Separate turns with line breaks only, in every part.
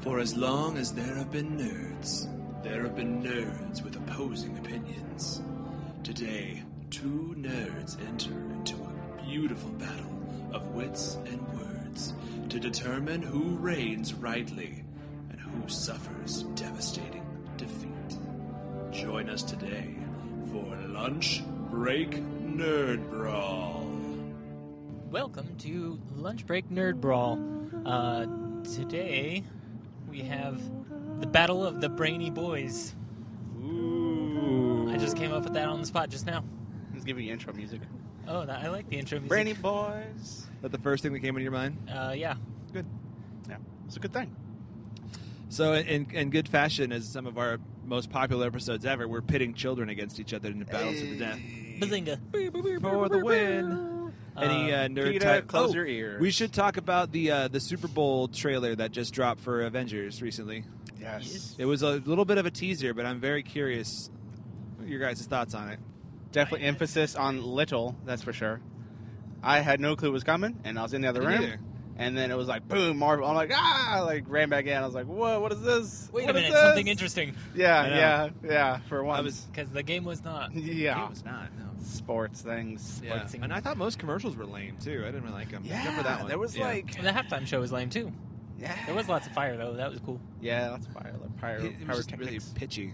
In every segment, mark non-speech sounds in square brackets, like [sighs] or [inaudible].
For as long as there have been nerds, there have been nerds with opposing opinions. Today, two nerds enter into a beautiful battle of wits and words to determine who reigns rightly and who suffers devastating defeat. Join us today for Lunch Break Nerd Brawl.
Welcome to Lunch Break Nerd Brawl. Uh, today we have the Battle of the Brainy Boys.
Ooh.
I just came up with that on the spot just now.
Let's give you intro music.
Oh, that, I like the intro music.
Brandy Boys.
that the first thing that came into your mind?
Uh, yeah.
Good.
Yeah, it's a good thing.
So, in, in good fashion, as some of our most popular episodes ever, we're pitting children against each other in battles to the death
Bazinga.
for the win. Any uh, nerd
Peter,
type?
close
Oh,
your ears.
We should talk about the uh, the Super Bowl trailer that just dropped for Avengers recently.
Yes.
It was a little bit of a teaser, but I'm very curious your guys' thoughts on it.
Definitely emphasis on little, that's for sure. I had no clue it was coming, and I was in the other
Me
room.
neither.
And then it was like, boom, Marvel. I'm like, ah! I, like, ran back in. I was like, whoa, what is this?
Wait a
What is
minute,
this?
something interesting.
Yeah,
I know.
yeah, yeah, for
I
once.
was
Because the game was not.
yeah.
It was not. No.
Sports things.
Yeah.
Sportsing.
And I thought most commercials were lame too. I didn't really like them. Except for that one.
there was
Yeah.
like.
The halftime show was lame too.
Yeah.
There was lots of fire though. That was cool.
Yeah, that's fire. Like, pyro,
It, it was just really
pyrotechnics.
pitchy.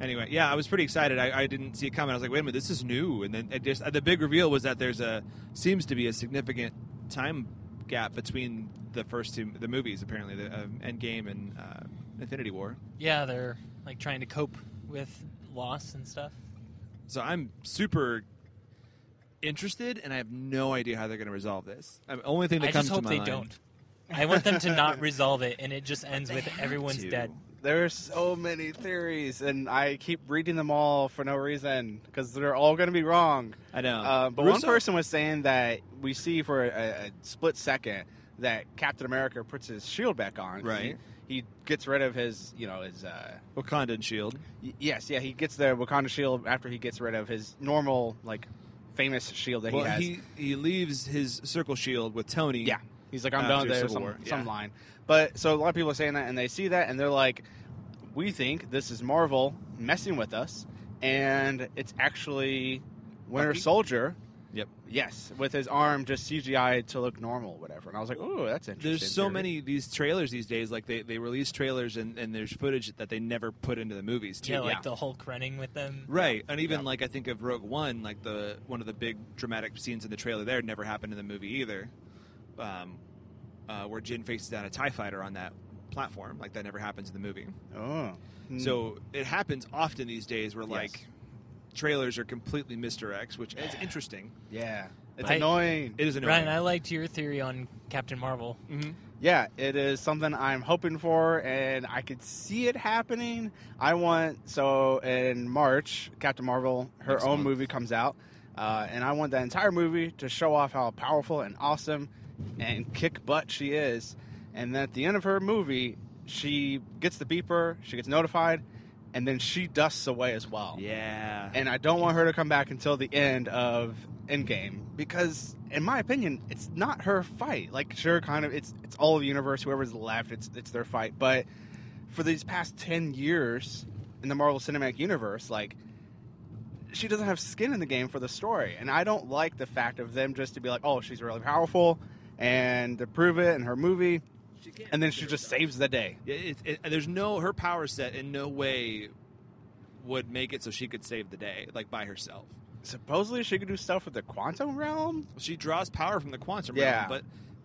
Anyway, yeah, I was pretty excited. I, I didn't see it coming. I was like, wait a minute, this is new. And then it just the big reveal was that there's a seems to be a significant time gap between the first two the movies. Apparently, the uh, Endgame and uh, Infinity War.
Yeah, they're like trying to cope with loss and stuff.
So I'm super interested, and I have no idea how they're going to resolve this. The only thing that
I
comes
just hope
to my
they
mind-
don't. I want them to not resolve it, and it just ends
They
with
have
everyone's
to.
dead.
There are so many theories, and I keep reading them all for no reason because they're all going to be wrong.
I know,
Uh, but one
Russo-
person was saying that we see for a, a split second that Captain America puts his shield back on.
Right.
He, he gets rid of his, you know, his. Uh,
Wakandan shield.
y- yes, yeah, he gets the Wakanda shield after he gets rid of his normal, like, famous shield that
well,
he has.
he he leaves his circle shield with Tony.
Yeah. He's like, I'm
Uh,
done
through
with
Civil
it, some,
War.
some
Yeah.
line. But so a lot of people are saying that, and they see that, and they're like, we think this is Marvel messing with us, and it's actually Winter
Bucky?
Soldier.
Yep.
Yes, with his arm just CGI to look normal, whatever. And I was like, ooh, that's interesting.
there's so
theory."
many these trailers these days like they, they release trailers and, and there's footage that they never put into the movies too
Yeah, like
yeah.
the Hulk running with them.
right and even
Yeah.
like i think of rogue one like the one of the big dramatic scenes in the trailer there never happened in the movie either um, uh, where jin faces down a tie fighter on that platform like that never happens in the movie
Oh. Hmm.
so it happens often these days where
Yes.
like trailers are completely misdirects
[sighs]
which is interesting
yeah, it's
I-
annoying.
it is annoying
Ryan, I liked your theory on Captain Marvel.
Mhm.
Yeah, it is something I'm hoping for, and I could see it happening. I want so in March, Captain Marvel, her
Next
own
month.
movie comes out, uh, and I want that entire movie to show off how powerful and awesome and kick butt she is. And then at the end of her movie, she gets the beeper, she gets notified, and then she dusts away as well.
yeah
And I don't want her to come back until the end of Endgame because, in my opinion, it's not her fight. Like, sure, kind of, it's it's all of the universe. Whoever's left, it's it's their fight. But for these past ten years in the Marvel Cinematic Universe, like, she doesn't have skin in the game for the story, and I don't like the fact of them just to be like, oh, she's really powerful, and to prove it in her movie, and then she just saves the day.
Yeah, it, it, there's no her power set in no way would make it so she could save the day like by herself.
Supposedly, she could do stuff with the quantum realm.
She draws power from the quantum
Yeah.
realm, but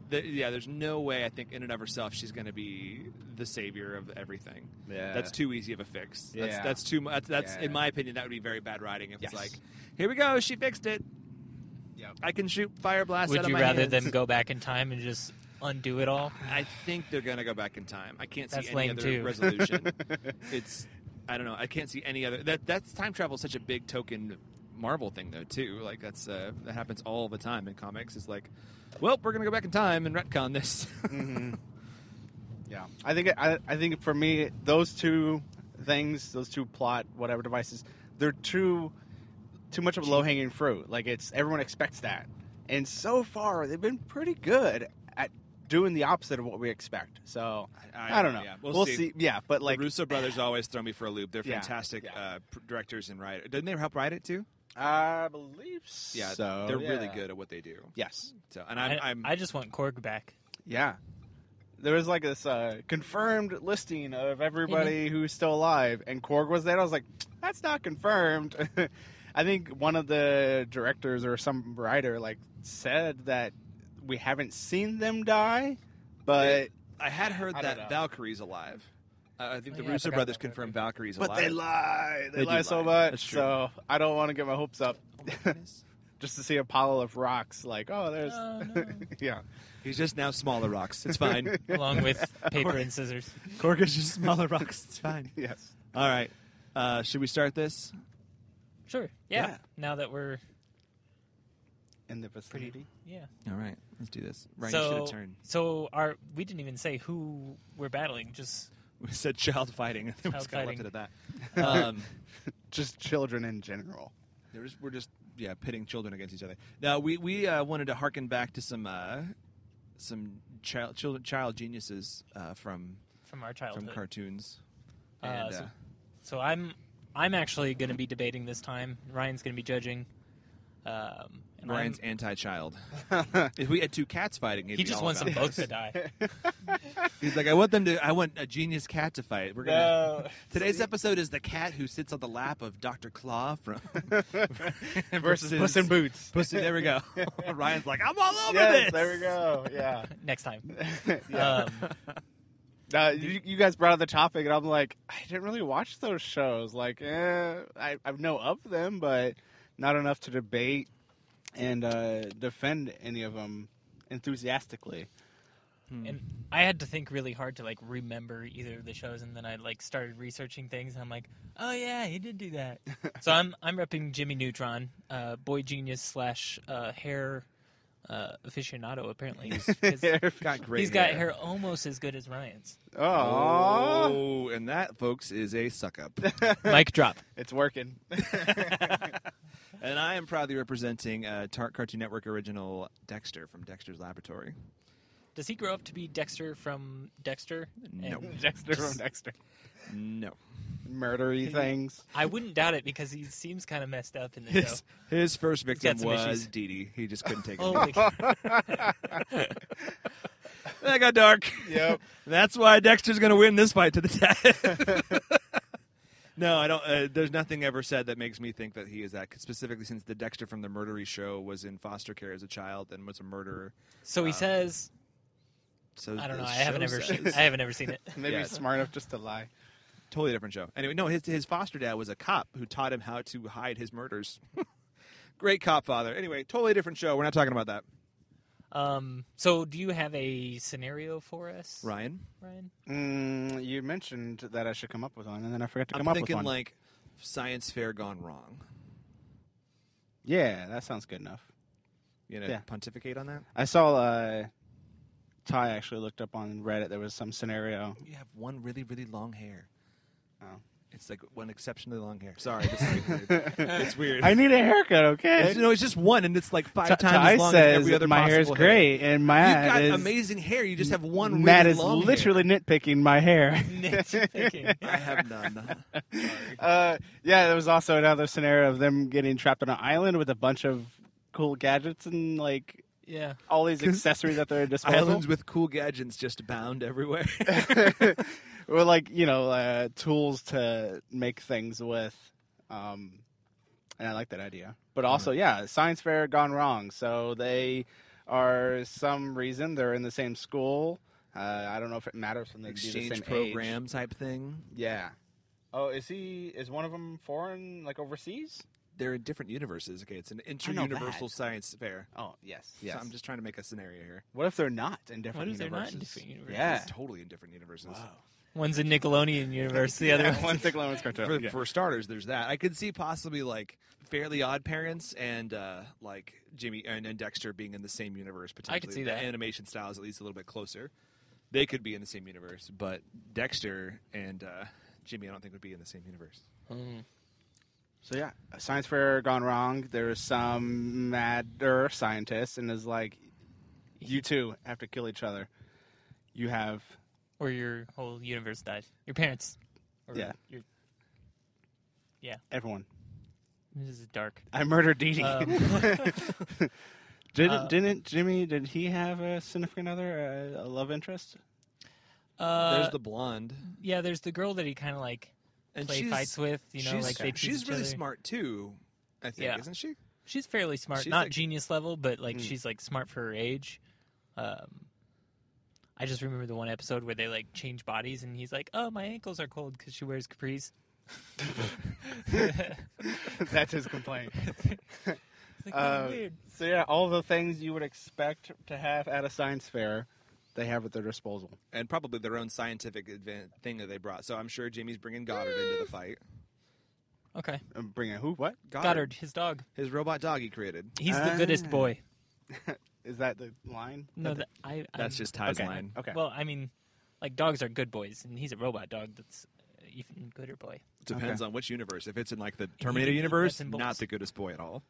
the, yeah, there's no way I think in and of herself she's going to be the savior of everything.
Yeah,
That's too easy of a fix. That's,
Yeah.
that's too much. That's, that's
Yeah.
in my opinion, that would be very bad writing if it's
Yes.
like, here we go, she fixed it.
Yep.
I can shoot fire blasts. out
Would
of
you
my
rather
hands.
them go back in time and just undo it all?
I think they're going to go back in time. I can't see
That's
any
lame,
other
too.
resolution.
[laughs]
it's I don't know. I can't see any other. That that's time travel is such a big token Marvel thing though too. Like that's uh, that happens all the time in comics. It's like, well, we're going to go back in time and retcon this. [laughs]
hmm Yeah, I think I, I think for me those two things, those two plot whatever devices, they're too too much of a low hanging fruit. Like it's everyone expects that, and so far they've been pretty good at doing the opposite of what we expect. So I, don't know.
Yeah,
we'll see. Yeah, but like
the Russo brothers always throw me for a loop. They're
Yeah,
fantastic
yeah.
Uh, pr- directors and writers. Didn't they help write it too?
I believe so.
they're really
Oh, yeah.
good at what they do.
Yes.
So, and I'm,
I,
I'm
I just want Korg back.
Yeah. There was like this uh, confirmed listing of everybody who's still alive, and Korg was there. I was like, that's not confirmed. [laughs] I think one of the directors or some writer like said that we haven't seen them die, but
I had heard
I don't
that
know.
Valkyrie's alive. Uh, I think
Oh,
the
yeah, I
Russo
forgot
brothers
about
confirmed Valkyrie's
but
alive.
they lie. They,
They do
lie so
lie.
much.
That's true.
So I don't want to get my hopes up
Oh my goodness.
[laughs] just to see a pile of rocks. Like, oh, there's [laughs]
Oh, no.
yeah,
He's just now smaller rocks.
[laughs]
It's fine.
[laughs] Along
[laughs]
with paper and scissors.
Korg is just smaller rocks. It's fine.
yes.
All right. Uh, should we start this?
Sure. Yeah.
Yeah.
Now that we're
In the
pretty.
vicinity.
Yeah.
All right. Let's do this. Ryan, you should
so,
have turned. [laughs]
so our we didn't even say who we're battling. Just
We said child fighting. and then we
Child
just kind of left
fighting. [laughs]
it at that. Um,
[laughs] just children in general.
They're just, we're just yeah pitting children against each other. Now we we uh, wanted to harken back to some uh, some child children, child geniuses uh, from
from our
from
childhood.
cartoons.
Uh,
And,
so-
uh,
So I'm I'm actually going to be debating this time. Ryan's going to be judging. Um, and
Ryan's
I'm-
anti-child. if we had two cats fighting, he'd
he
be
just
all
wants them
about
both to
this.
die.
[laughs] He's like, I want them to. I want a genius cat to fight. We're gonna.
No.
Today's episode is the cat who sits on the lap of Doctor Claw from [laughs]
Versus Puss in Boots. [laughs]
Puss in- there we [laughs] go. Ryan's like, I'm all over
yes,
this.
there we go. Yeah.
[laughs] Next time.
yeah.
Um, [laughs]
Uh, you, you guys brought up the topic, and I'm like, I didn't really watch those shows. Like, eh, I, I know of them, but not enough to debate and uh, defend any of them enthusiastically.
and I had to think really hard to like remember either of the shows, and then I like started researching things. And I'm like, oh yeah, he did do that. so I'm I'm repping Jimmy Neutron, uh, boy genius slash uh, hair uh, aficionado. Apparently, 'Cause
[laughs]
Got great
he's got
hair.
hair almost as good as Ryan's.
Aw.
Oh, and that, folks, is a suck
[laughs]
up.
Mic drop.
It's working. [laughs]
and I am proudly representing uh, Tart Cartoon Network original Dexter from Dexter's Laboratory.
Does he grow up to be Dexter from Dexter?
No.
And [laughs]
Dexter from Dexter.
No.
Murdery things.
I wouldn't doubt it because he seems kind of messed up in the show.
His, his first victim
some
was
issues.
Dee Dee. He just couldn't take it. [laughs]
Holy
That got dark.
Yep.
That's why Dexter's going to win this fight to the death. [laughs] no, I don't. Uh, there's nothing ever said that makes me think that he is that. Specifically, since the Dexter from the Murdery Show was in foster care as a child and was a murderer.
so he says,
So
I don't know.
the
I haven't
show
ever,
says-
I haven't ever seen it.
Maybe
Yeah,
he's
it's-
smart enough just to lie.
[laughs] totally different show. Anyway, no, his his foster dad was a cop who taught him how to hide his murders. [laughs] Great cop father. Anyway, totally different show. We're not talking about that.
Um, so do you have a scenario for us,
Ryan,
Ryan?
Mm, you mentioned that I should come up with one, and then I forgot to come
I'm
up
thinking
with one.
like science fair gone wrong.
yeah, that sounds good enough.
You know,
Yeah.
pontificate on that.
I saw uh, Ty actually looked up on Reddit. There was some scenario.
You have one really really long hair.
Oh.
It's like one exceptionally long hair. Sorry, this is
[laughs]
weird. it's weird.
I need a haircut, okay?
It's- no, it's just one, and it's like five
Ty-
times
Ty
as long
says
as every other.
my hair is
possible
great and my
You've got
ad is
amazing hair. You just have one.
Matt
really
is
long hair.
literally nitpicking my
[laughs]
hair. [laughs]
Nitpicking.
I have none.
uh, yeah, there was also another scenario of them getting trapped on an island with a bunch of cool gadgets and like
yeah.
all
[laughs]
these accessories at their disposal.
[laughs] Islands with cool gadgets just
[laughs]
bound everywhere. [laughs]
or like you know uh, tools to make things with um, and i like that idea
Mm-hmm.
but also yeah science fair gone wrong so they are some reason they're in the same school uh, i don't know if it matters when they do the
exchange
same
program type thing.
age. yeah oh is he is one of them foreign like overseas
They're in different universes. Okay, it's an
know that.
inter-universal science fair.
oh yes
So I'm just trying to make a scenario here.
what if they're not in different
What if they're not
universes
in different universes?
yeah
It's totally in different universes.
One's a Nickelodeon universe,
[laughs]
the other [laughs]
one
one.
Dick Lowen's
For,
cartoon. Yeah.
for starters, there's that. I could see possibly like Fairly Odd Parents and uh, like Jimmy and, and Dexter being in the same universe. Potentially,
I could see
the
that.
animation style is at least a little bit closer. They could be in the same universe, but Dexter and uh, Jimmy, I don't think would be in the same universe.
[laughs]
So yeah, a science fair gone wrong. There's some madder scientist and is like, you two have to kill each other. you have
or your whole universe dies. Your parents. Or
Yeah.
Your,
everyone.
this is dark.
I murdered Dee Dee.
Um,
[laughs] didn't
uh,
didn't Jimmy? Did he have a significant other, uh, a
[laughs]
love interest?
Uh,
There's the blonde,
yeah. There's the girl that he kind of like
and
play
she's
fights with. You know,
she's,
like they tease
she's
each
really
other.
smart too. I think
Yeah.
isn't she?
She's fairly smart,
She's,
not
like-
genius level, but like
Mm.
she's like smart for her age. Um, I just remember the one episode where they like change bodies, and he's like, "Oh, my ankles are cold because she wears capris." [laughs]
That's his complaint.
[laughs] It's like, "Oh,
Uh,
weird.
so yeah, all the things you would expect to have at a science fair, they have at their disposal.
And probably their own scientific advan thing that they brought. So I'm sure Jamie's bringing Goddard into the fight.
Okay,
Uh, Bring a who? What
Goddard, his dog.
his robot dog he created.
He's the goodest
Ah.
boy.
is that? The line?
No, that, I. i
That's just Ty's
okay.
line.
Okay.
Well, I mean, like dogs are good boys, and he's a robot dog. That's uh, even gooder boy.
Depends on which universe. If it's in like the Terminator
he-
universe,
nuts and bolts.
not the goodest boy at all.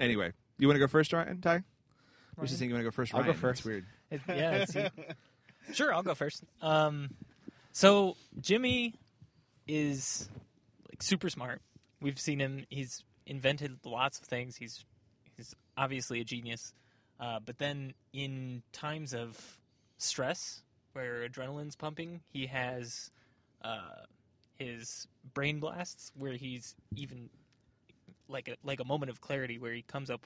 anyway, you want to go first, Ryan? Ty? We're just
Ryan?
saying you want to go first.
I'll go
Ryan. That's
first.
weird.
It- yeah. it's- sure, I'll go first. Um, so Jimmy is like super smart. We've seen him. He's invented lots of things. He's he's obviously a genius. Uh, but then in times of stress, where adrenaline's pumping, he has uh, his brain blasts, where he's even like a like a moment of clarity, where he comes up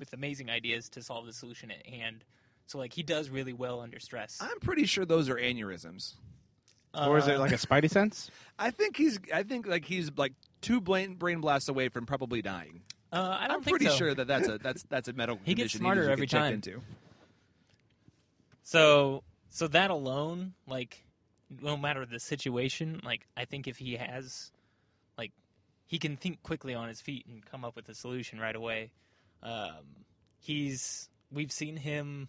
with amazing ideas to solve the solution at hand. So like he does really well under stress.
I'm pretty sure those are aneurysms.
or is it
Uh,
like a Spidey sense?
I think he's. I think like he's like two brain brain blasts away from probably dying.
Uh, I don't
am
think
pretty
so.
sure
[laughs]
that that's a that's that's a medical
He gets
condition
smarter
needs to
every
get checked
time.
Into.
So so that alone, like no matter the situation, like I think if he has like he can think quickly on his feet and come up with a solution right away. Um, he's we've seen him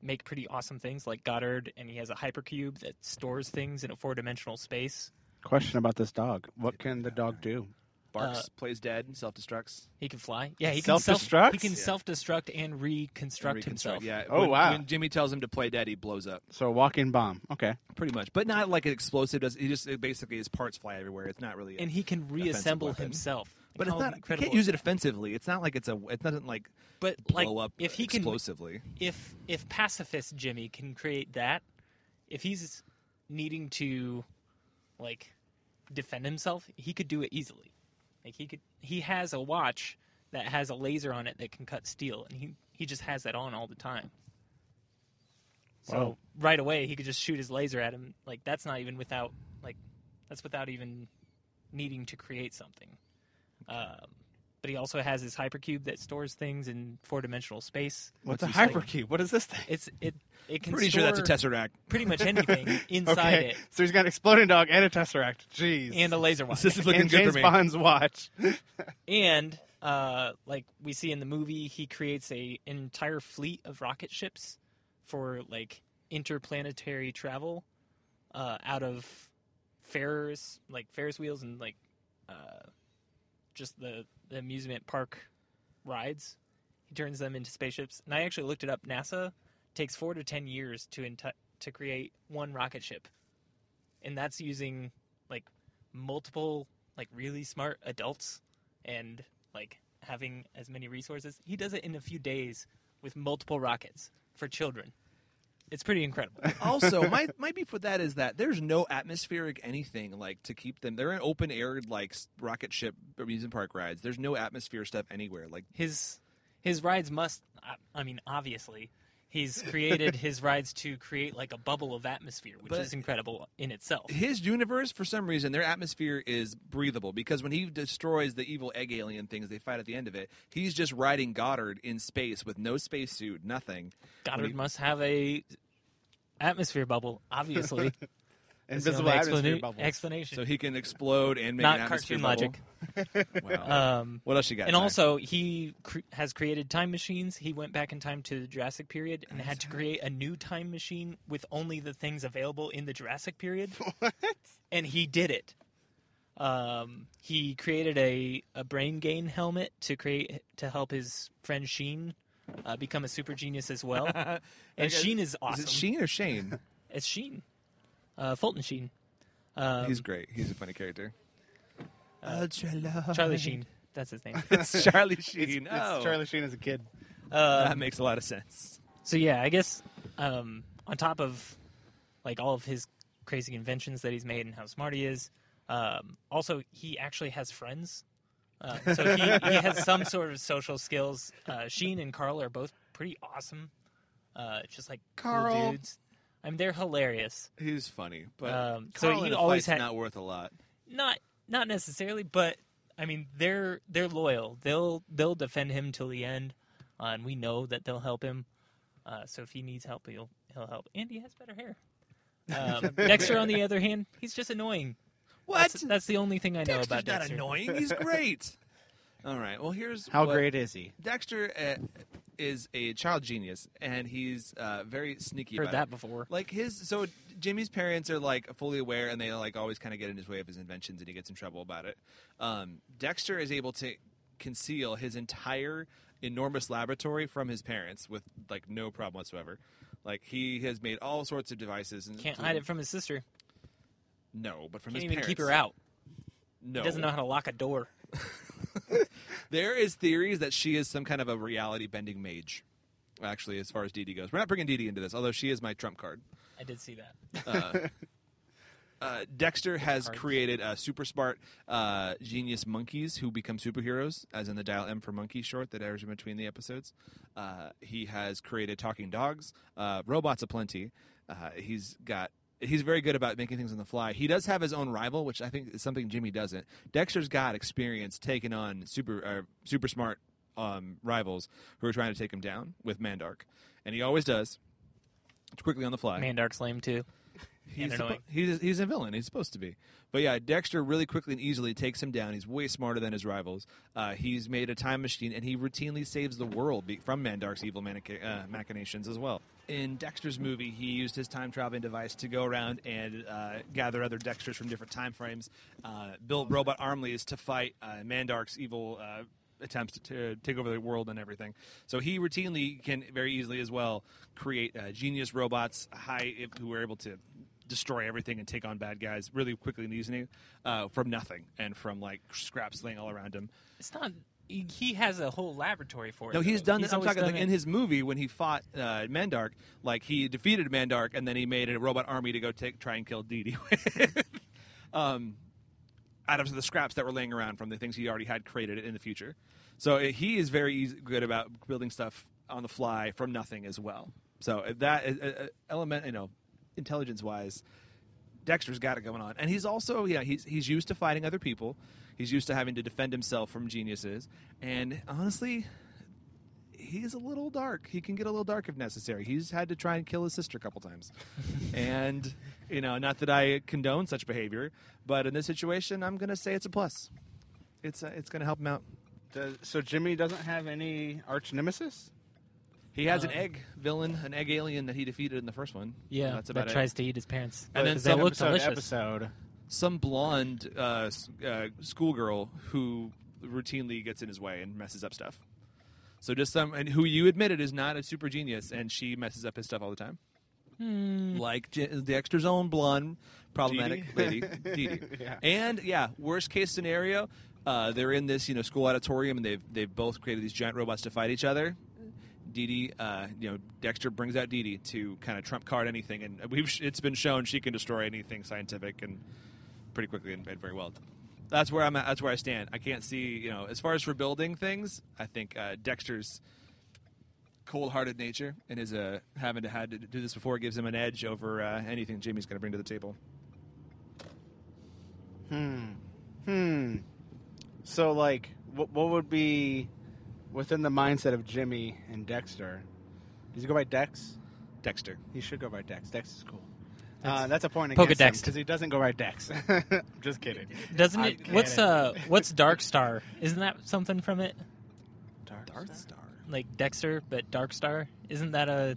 make pretty awesome things like Goddard and he has a hypercube that stores things in a four dimensional space.
Question about this dog. What can the dog do?
Barks,
Uh,
plays dead, self destructs.
He can fly. Yeah, he
Self-destruct?
can self he can
Yeah.
self-destruct and reconstruct himself.
Yeah.
Oh,
when-
wow.
When Jimmy tells him to play dead, he blows up
So a walking bomb. Okay.
pretty much, but not like an explosive. Does he just it basically his parts fly everywhere? It's not really. A,
And he can reassemble
weapon.
himself.
but it's
How
not. You
incredible
can't use it offensively. It's not like it's a. It doesn't like
But
blow
like
up
if he can
explosively.
if if pacifist Jimmy can create that, if he's needing to like defend himself, he could do it easily. Like he could he has a watch that has a laser on it that can cut steel and he he just has that on all the time. So
Wow.
right away he could just shoot his laser at him. Like that's not even without like that's without even needing to create something. Um, but he also has his hypercube that stores things in four-dimensional space.
What's,
which
a
is, like,
hypercube? what is this thing?
it's it it can
Pretty sure that's a
store
tesseract. [laughs]
Pretty much anything [laughs] inside
okay.
it
So he's got an exploding dog and a tesseract. Jeez.
and a laser watch.
This is looking
and
good
James
for me.
Bond's watch.
and uh, like we see in the movie, he creates a an entire fleet of rocket ships for like interplanetary travel uh, out of Ferris like Ferris wheels and like uh, just the, the amusement park rides. He turns them into spaceships, and I actually looked it up. NASA takes four to ten years to enti- to create one rocket ship, and that's using like multiple like really smart adults and like having as many resources. He does it in a few days with multiple rockets for children. It's pretty
[laughs]
incredible.
also, my my beef with that is that there's no atmospheric anything like to keep them. They're in open air like s- rocket ship amusement park rides. There's no atmosphere stuff anywhere. Like
his his rides must I- I mean obviously he's created
[laughs]
his rides to create like a bubble of atmosphere which
But-
is incredible in itself.
his universe, for some reason, their atmosphere is breathable because when he destroys the evil egg alien things they fight at the end of it, he's just riding Goddard in space with no spacesuit, [laughs] nothing.
Goddard must have a atmosphere bubble
[laughs]
obviously. That's the
Invisible
only
atmosphere
explana-
bubble.
Explanation.
So he can explode and make an
Not
atmosphere
cartoon
bubble.
logic.
Wow.
Um
what else you got?
and
Ty?
also he cr- has created time machines he went back in time to the jurassic period and had to create a new time machine with only the things available in the jurassic period
What?
and he did it um, he created a, a brain gain helmet to create to help his friend sheen uh, become a super genius as well. and Sheen is awesome.
Is it Sheen or Shane?
It's Sheen, uh, Fulton Sheen, [laughs] um, uh,
He's great. He's a funny character. Ultra
[laughs]
love.
Charlie Sheen. That's his name.
[laughs] It's Charlie Sheen. oh, Um,
It's Charlie Sheen as a kid.
Uh,
that makes a lot of sense.
so yeah, I guess um, on top of like all of his crazy inventions that he's made and how smart he is, um, also he actually has friends. Uh, so he, he has some sort of social skills. Uh, Sheen and Carl are both pretty awesome. Uh, just like
Carl.
cool dudes. I mean, they're hilarious.
He's funny, but
Um, so
Carl
he
in a
always
fight's
had-
not worth a lot.
Not not necessarily, but I mean, they're they're loyal. They'll they'll defend him till the end, uh, and we know that they'll help him. Uh, so if he needs help, he'll he'll help. And he has better hair.
[laughs]
Um, Dexter, on the other hand, he's just annoying.
What?
That's, that's the only thing I know
Dexter's
about
not
Dexter.
annoying.
[laughs]
He's great. All right. Well, here's
How
what-
great is he?
Dexter uh, is a child genius, and he's uh, very sneaky.
Heard
about
that
it.
before.
Like his, so Jimmy's parents are like fully aware, and they like always kind of get in his way of his inventions, and he gets in trouble about it. Um, Dexter is able to conceal his entire enormous laboratory from his parents with like no problem whatsoever. Like he has made all sorts of devices and
Can't hide it from his sister.
no, but from
Can't
his
even
parents.
keep her out.
No,
Doesn't know how to lock a door.
There is theories that she is some kind of a reality bending mage. Actually, as far as Dee Dee goes, we're not bringing Dee Dee into this, although she is my trump card.
I did see that.
Uh, Dexter has
cards.
created uh, super smart uh, genius monkeys who become superheroes, as in the Dial M for Monkey short that airs in between the episodes. Uh, he has created talking dogs, uh, robots aplenty. Uh, he's got. He's very good about making things on the fly. He does have his own rival, which I think is something Jimmy doesn't. Dexter's got experience taking on super uh, super smart um, rivals who are trying to take him down with Mandark, and he always does. It's quickly on the fly.
Mandark's lame too.
He's,
and
suppo-
annoying.
he's he's a villain. He's supposed to be. But yeah, Dexter really quickly and easily takes him down. He's way smarter than his rivals. Uh, he's made a time machine, and he routinely saves the world be- from Mandark's evil manica- uh, machinations as well. In Dexter's movie, he used his time traveling device to go around and uh, gather other Dexters from different time frames, uh, build robot armlies to fight uh, Mandark's evil. Uh, attempts to take over the world and everything. So he routinely can very easily as well create uh, genius robots, high who are able to destroy everything and take on bad guys really quickly and easily uh, from nothing and from like scraps laying all around him.
It's not. He, he has a whole laboratory for it.
No, he's
though.
done. I'm
always
talking
done
like in
it.
his movie when he fought uh, Mandark, like he defeated Mandark and then he made a robot army to go take try and kill Dee Dee. [laughs] with. um, out of the scraps that were laying around from the things he already had created in the future. So uh, he is very easy, good about building stuff on the fly from nothing as well. So uh, that uh, uh, element, you know, intelligence wise, Dexter's got it going on, and he's also yeah he's he's used to fighting other people. He's used to having to defend himself from geniuses, and honestly. He's a little dark. He can get a little dark if necessary. He's had to try and kill his sister a
[laughs]
couple times. and, you know, not that I condone such behavior, but in this situation, I'm going to say it's a plus. It's uh, it's going to help him out.
Does, so Jimmy doesn't have any arch nemesis.
He has an
Um,
egg villain, an egg alien that he defeated in the first one.
Yeah,
That's about
that
it.
tries to eat his parents.
And then
Because they
some
look
episode to
delicious.
episode.
some blonde uh, s- uh, schoolgirl who routinely gets in his way and messes up stuff. So just some and who you admitted is not a super genius, and she messes up his stuff all the time. Like J- Dexter's own blonde problematic
Dee Dee? [laughs]
lady, Dee Dee.
Yeah.
And yeah, worst case scenario, uh, they're in this you know school auditorium, and they've they've both created these giant robots to fight each other. Dee Dee, uh, you know, Dexter brings out Dee Dee to kind of trump card anything, and we've sh- it's been shown she can destroy anything scientific and pretty quickly and, and very well. That's where I'm at. That's where I stand. I can't see, you know, as far as for building things, I think uh, Dexter's cold-hearted nature and his uh, having to had to do this before gives him an edge over uh, anything Jamie's going to bring to the table.
Hmm. So like, what what would be within the mindset of Jimmy and Dexter? Does he go by Dex?
Dexter.
He should go by Dex. Dex is cool. Uh, that's a point
Poke
against
Dex.
because he doesn't go by Dex. [laughs] Just kidding.
Doesn't
I'm
it? What's
kidding.
uh? What's Dark Star? Isn't that something from it?
Darth
Star.
Like Dexter, but Dark Star. Isn't that a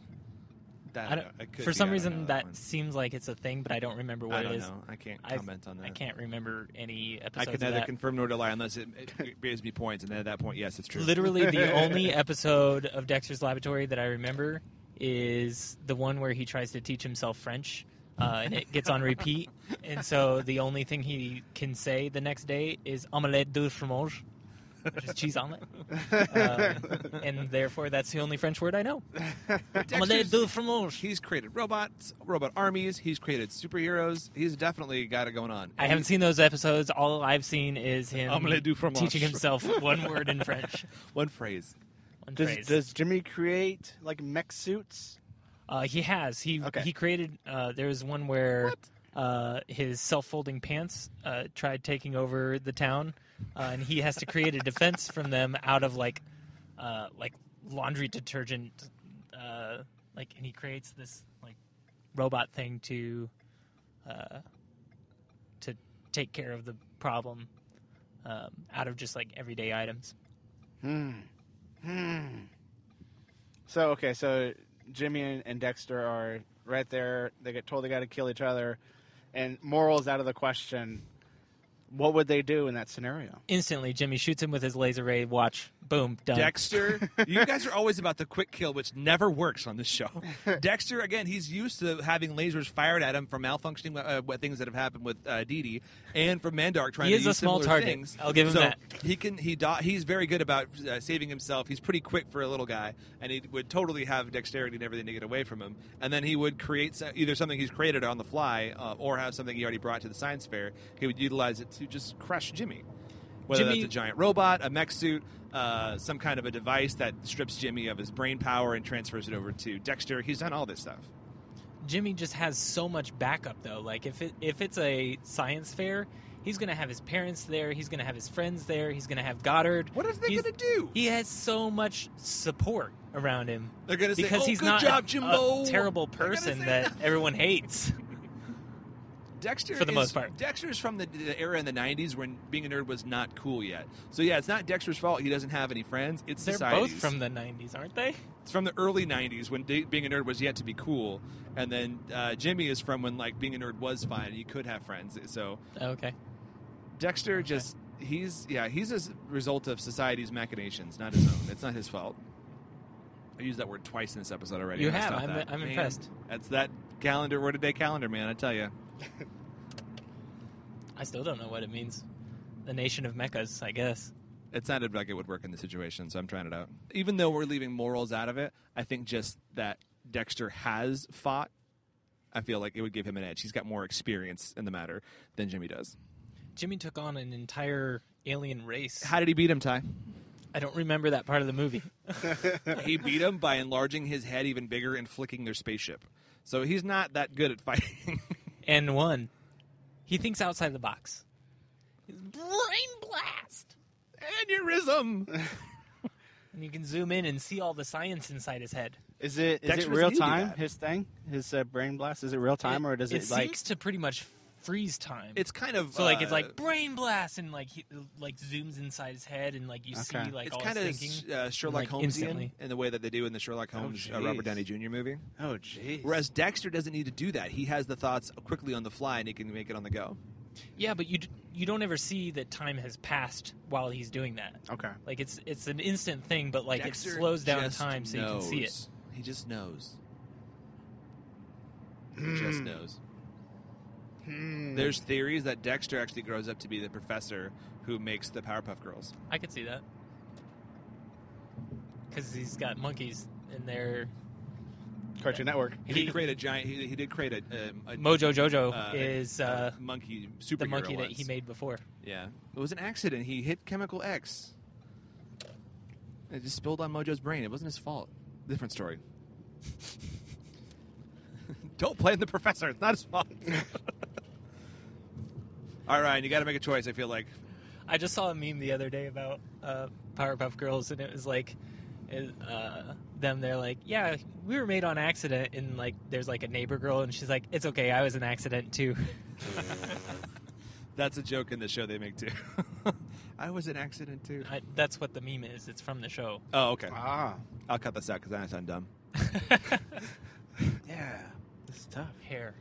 That,
I don't,
I could
for
be
some
out on
reason,
another
that
one.
seems like it's a thing, but I don't remember
I
what
don't
it is.
know. I can't
I've-
comment on that.
I can't remember any
I
episodes.
can
of
neither
that.
confirm nor deny unless it, it gives me points, and then at that point, yes, it's true.
Literally, the only episode of Dexter's Laboratory that I remember is the one where he tries to teach himself French, uh, and it gets on repeat. And so the only thing he can say the next day is omelette de fromage, which is cheese omelet. Uh,
[laughs]
and therefore, that's the only French word I know. Omelette
Dexter's-
de fromage.
He's created robots, robot armies. He's created superheroes. He's definitely got it going on.
I haven't seen those episodes. All I've seen is him
Omelette du fromage.
teaching himself one word in French.
One phrase.
One
Does,
phrase.
does Jimmy create like mech suits?
Uh, he has. He
Okay.
he created. Uh, there was one where uh, his self-folding pants uh, tried taking over the town, uh, and he has to create a defense from them out of like uh, like laundry detergent. Uh, like, and he creates this like robot thing to uh, to take care of the problem um, out of just like everyday items.
Hmm. Hmm. So okay, so Jimmy and, and Dexter are right there. They get told they got to kill each other, and morals out of the question. What would they do in that scenario?
Instantly, Jimmy shoots him with his laser ray watch. Boom, done. [laughs]
Dexter, you guys are always about the quick kill, which never works on this show. Dexter, again, he's used to having lasers fired at him from malfunctioning uh, what things that have happened with uh, Dee Dee and from Mandark trying
He
to
is
use
a small
similar
target.
things.
I'll give him
So
that.
He can he do- he's very good about uh, saving himself. He's pretty quick for a little guy, and he would totally have dexterity and everything to get away from him. And then he would create so- either something he's created on the fly, uh, or have something he already brought to the science fair. He would utilize it to just crush Jimmy. Whether
Jimmy-
that's a giant robot, a mech suit, uh, some kind of a device that strips Jimmy of his brain power and transfers it over to Dexter. He's done all this stuff.
Jimmy just has so much backup though. Like if it, if it's a science fair, he's gonna have his parents there. He's gonna have his friends there. He's gonna have Goddard.
What are they
He's-
going to do?
He has so much support around him
They're going to say,
because
"Oh,
he's
good
not
job,
a-
Jimbo."
a terrible
They're gonna
person
say
that everyone
[laughs]
hates.
Dexter
For the
is-
most part.
Dexter's from the, the era in the '90s when being a nerd was not cool yet. So yeah, it's not Dexter's fault. He doesn't have any friends. It's
They're both
society's.
from the '90s, aren't they?
it's from the early '90s when de- being a nerd was yet to be cool, and then uh, Jimmy is from when like being a nerd was fine. and You could have friends. So
Okay.
Dexter
Okay.
just he's yeah he's a s- result of society's machinations, not his own. It's not his fault. I used that word twice in this episode already.
You
I'm gonna
have.
stop
I'm-
that.
I'm
Man,
impressed.
That's that calendar word a day calendar, man. I tell you.
I still don't know what it means. The nation of mechas, I guess.
It sounded like it would work in the situation, so I'm trying it out. Even though we're leaving morals out of it, I think just that Dexter has fought, I feel like it would give him an edge. He's got more experience in the matter than Jimmy does.
Jimmy took on an entire alien race.
How did he beat him, Ty?
I don't remember that part of the movie.
he beat him by enlarging his head even bigger and flicking their spaceship. So he's not that good at [laughs] fighting.
and one. He thinks outside the box. Brain blast!
Aneurysm!
And you can zoom in and see all the science inside his head.
Is it is
Dexter
it
doesn't
real
need to do
time?
that.
His thing, his uh, brain blast. Is it real time or does it,
seems
like?
to pretty much freeze time.
It's kind of.
so like it's
uh,
like brain blast and like he like zooms inside his head and like you see
Okay.
like
It's
all
kind
his
of
thinking.
uh, Sherlock
like,
Holmesian
instantly. Oh,
in the way that they do in the Sherlock Holmes uh,
jeez.
Robert Downey Jr. movie.
oh jeez.
Whereas Dexter doesn't need to do that. He has the thoughts quickly on the fly and he can make it on the go.
Yeah, but you d- you don't ever see that time has passed while he's doing that.
Okay.
Like it's it's an instant thing, but like
Dexter
it slows down
just
time so you can see it.
knows. He just knows. He just knows.
Hmm.
There's theories that Dexter actually grows up to be the professor who makes the Powerpuff Girls.
I could see that because he's got monkeys in there.
Cartoon Network.
He did create a giant. He, he did create a, um, a,
Mojo Jojo
uh,
is
a
uh,
monkey superhero.
the monkey that he
once.
made before.
Yeah, it was an accident. He hit Chemical X. It just spilled on Mojo's brain. It wasn't his fault. Different story. [laughs] Don't blame the professor. It's not his fault. [laughs] All right, you got to make a choice. I feel like
I just saw a meme the other day about uh, Powerpuff Girls, and it was like it- uh, them. They're like, "Yeah, we were made on accident," and like there's like a neighbor girl, and she's like, "It's okay, I was an accident too." [laughs]
that's a joke in the show they make too. [laughs] I was an accident too.
I, that's what the meme is. It's from the show.
Oh, okay.
Ah.
I'll cut this out because I sound dumb.
This is tough.
Hair.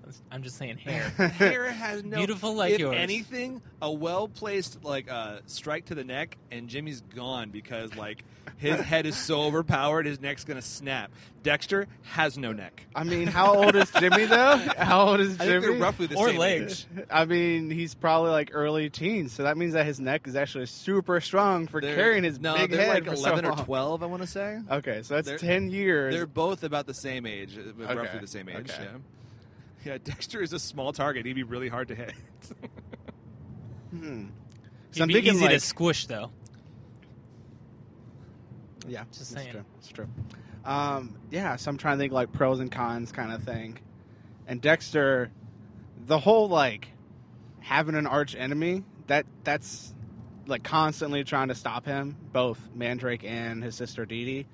That's- I'm just saying
[laughs]
hair.
hair
[laughs]
has no
Beautiful like
if
yours.
anything a well placed like uh, strike to the neck and jimmy's gone because like his head is so overpowered his neck's gonna snap dexter has no neck
I mean, how old is Jimmy
[laughs]
though? How old is
i
Jimmy?
think they're roughly the
Or
same
legs.
age.
I mean, he's probably like early teens, so that means that his neck is actually super strong for
They're-
carrying his
no
big
they're
head
like
for so
11 or
long. Oh,
12 i want to say
Okay, so that's
They're-
ten years.
they're both about the same age uh,
Okay.
roughly the same age
Okay.
yeah yeah, Dexter is a small target. He'd be really hard to hit.
Hmm.
It'd
So I'm
be
thinking
easy to
like,
squish though.
yeah,
Just
that's
saying.
true. It's true. Um, yeah, so I'm trying to think like pros and cons kind of thing. And Dexter, the whole like having an arch enemy that that's like constantly trying to stop him, both Mandrake and his sister Dee Dee.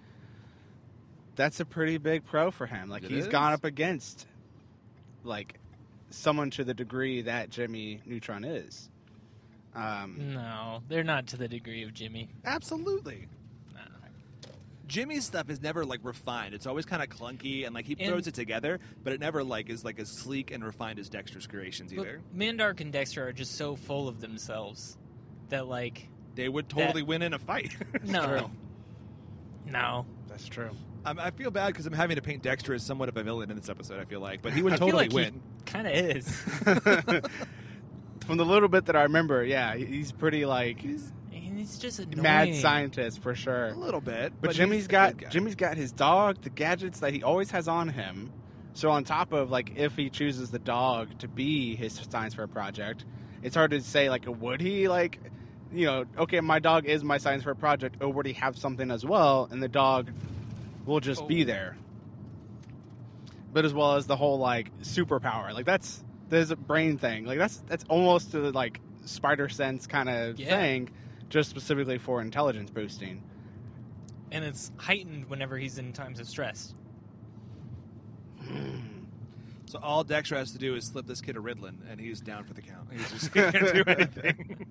That's a pretty big pro for him. Like
It
he's
is.
gone up against like someone to the degree that Jimmy Neutron is.
Mm.
Um,
No, they're not to the degree of Jimmy.
Absolutely.
Nah.
Jimmy's stuff is never like refined. It's always kind of clunky and like he
And-
throws it together, but it never like is like as sleek and refined as Dexter's creations
But
either.
Mandark and Dexter are just so full of themselves that like
They would totally win in a fight.
no, no.
that's true.
I'm, I feel bad because I'm having to paint Dexter as somewhat of a villain in this episode. I feel like, but he would
I feel
totally
like he-
win.
Kind of is. [laughs]
[laughs] From the little bit that I remember, yeah, he- he's pretty like
And it's just annoying.
mad scientist for sure.
a little bit,
But,
he's
Jimmy's
a
got
good guy.
Jimmy's got his dog, the gadgets that he always has on him. So on top of like if he chooses the dog to be his science fair project, it's hard to say like would he like you know, okay, my dog is my science fair project, or would he have something as well and the dog will just be
Oh.
there. But as well as the whole like superpower. Like that's there's a brain thing. Like that's that's almost a, like spider sense kind of
Yeah.
thing, just specifically for intelligence boosting.
and it's heightened whenever he's in times of stress.
So all Dexter has to do is slip this kid a Ritalin, and he's down for the count. He's
[laughs]
[laughs]
just he can't do anything.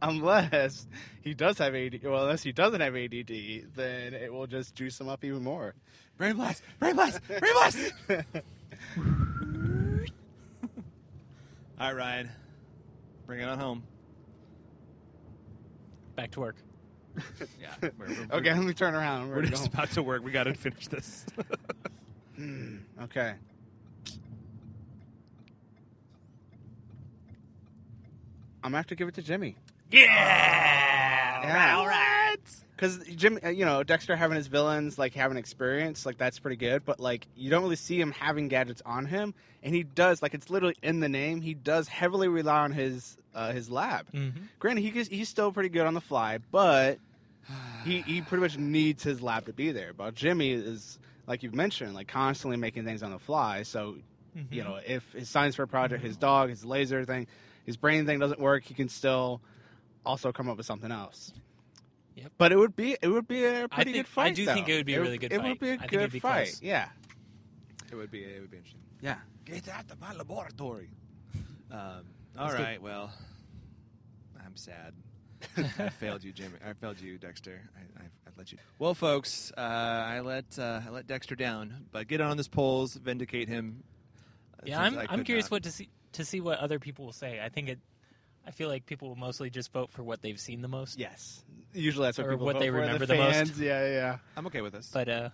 unless he does have AD. Well, unless he doesn't have ADD, then it will just juice him up even more. [laughs]
Brain blast! Brain blast! Brain blast! all right, Ryan, bring it on home.
Back to work.
Yeah. we're- we're-
okay, let me turn around.
We're
We're
just
going.
about to work. We got to finish this. [laughs]
Okay. I'm gonna have to give it to Jimmy
Yeah.
Yeah.
All right.
because Jimmy, uh, you know, Dexter having his villains like having experience, like that's pretty good. But like, you don't really see him having gadgets on him, and he does like it's literally in the name. He does heavily rely on his uh, his lab.
Mm-hmm.
Granted, he gets, he's still pretty good on the fly, but he, he pretty much needs his lab to be there. But Jimmy is, like you've mentioned, like constantly making things on the fly. So
Mm-hmm.
you know, if his science fair project, his dog, his laser thing, his brain thing doesn't work, he can still also come up with something else.
Yep.
But it would be it would be a pretty
I think-
good fight.
I do think
though.
it would be a really good
It would
fight.
be a
I think
good
it'd be
fight.
close.
Yeah.
It would be. It would be interesting.
Yeah.
Get out of my [laughs] laboratory. Um, all
That's good.
right. Well, I'm sad. [laughs] I failed you, Jimmy. I failed you, Dexter. I, I, I let you. Well, folks, uh, I let uh, I let Dexter down. But get on this polls, vindicate him. uh,
Yeah,
since
I'm.
I
I'm
could
curious
not.
what to see to see what other people will say. I think it. I feel like people will mostly just vote for what they've seen the most.
Yes. Usually that's what
Or
people
what
vote
they
for,
remember
the,
the most.
fans. Yeah, yeah.
I'm okay with this.
But uh,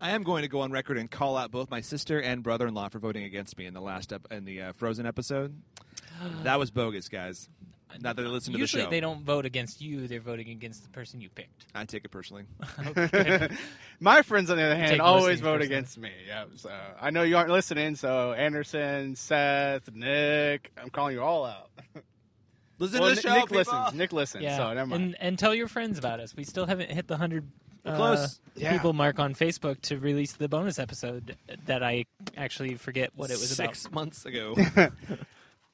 I am going to go on record and call out both my sister and brother-in-law for voting against me in the last ep- in the uh, Frozen
[gasps]
episode. that was bogus, guys. Not that I listen to
usually
the show.
they don't vote against you; they're voting against the person you picked.
I take
[laughs]
it personally.
Okay.
[laughs] My friends, on the other hand,
Take most
always
things
vote
personally.
against me. Yeah, so I know you aren't listening. So Anderson, Seth, Nick, I'm calling you all out.
Listen
Well, Nick,
to the show.
Nick
people!
listens. Nick listens.
yeah,
So never mind.
and and tell your friends about us. We still haven't hit the hundred uh,
We're close.
Yeah.
people mark on Facebook to release the bonus episode that I actually forget what it was
six
about.
months ago.
[laughs]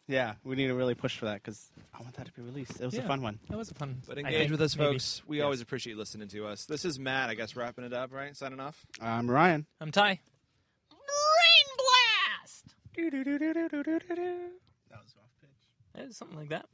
Yeah, we need to really push for that because I want that to be released. It was a
Yeah.
fun one.
That was a fun.
But
I
engage
think,
with us,
maybe.
folks. We always appreciate you listening to us. This is Matt, I guess, wrapping it up, right? Signing off.
I'm Ryan.
I'm Ty.
Brain blast!
That was off pitch.
Eh, Something like that.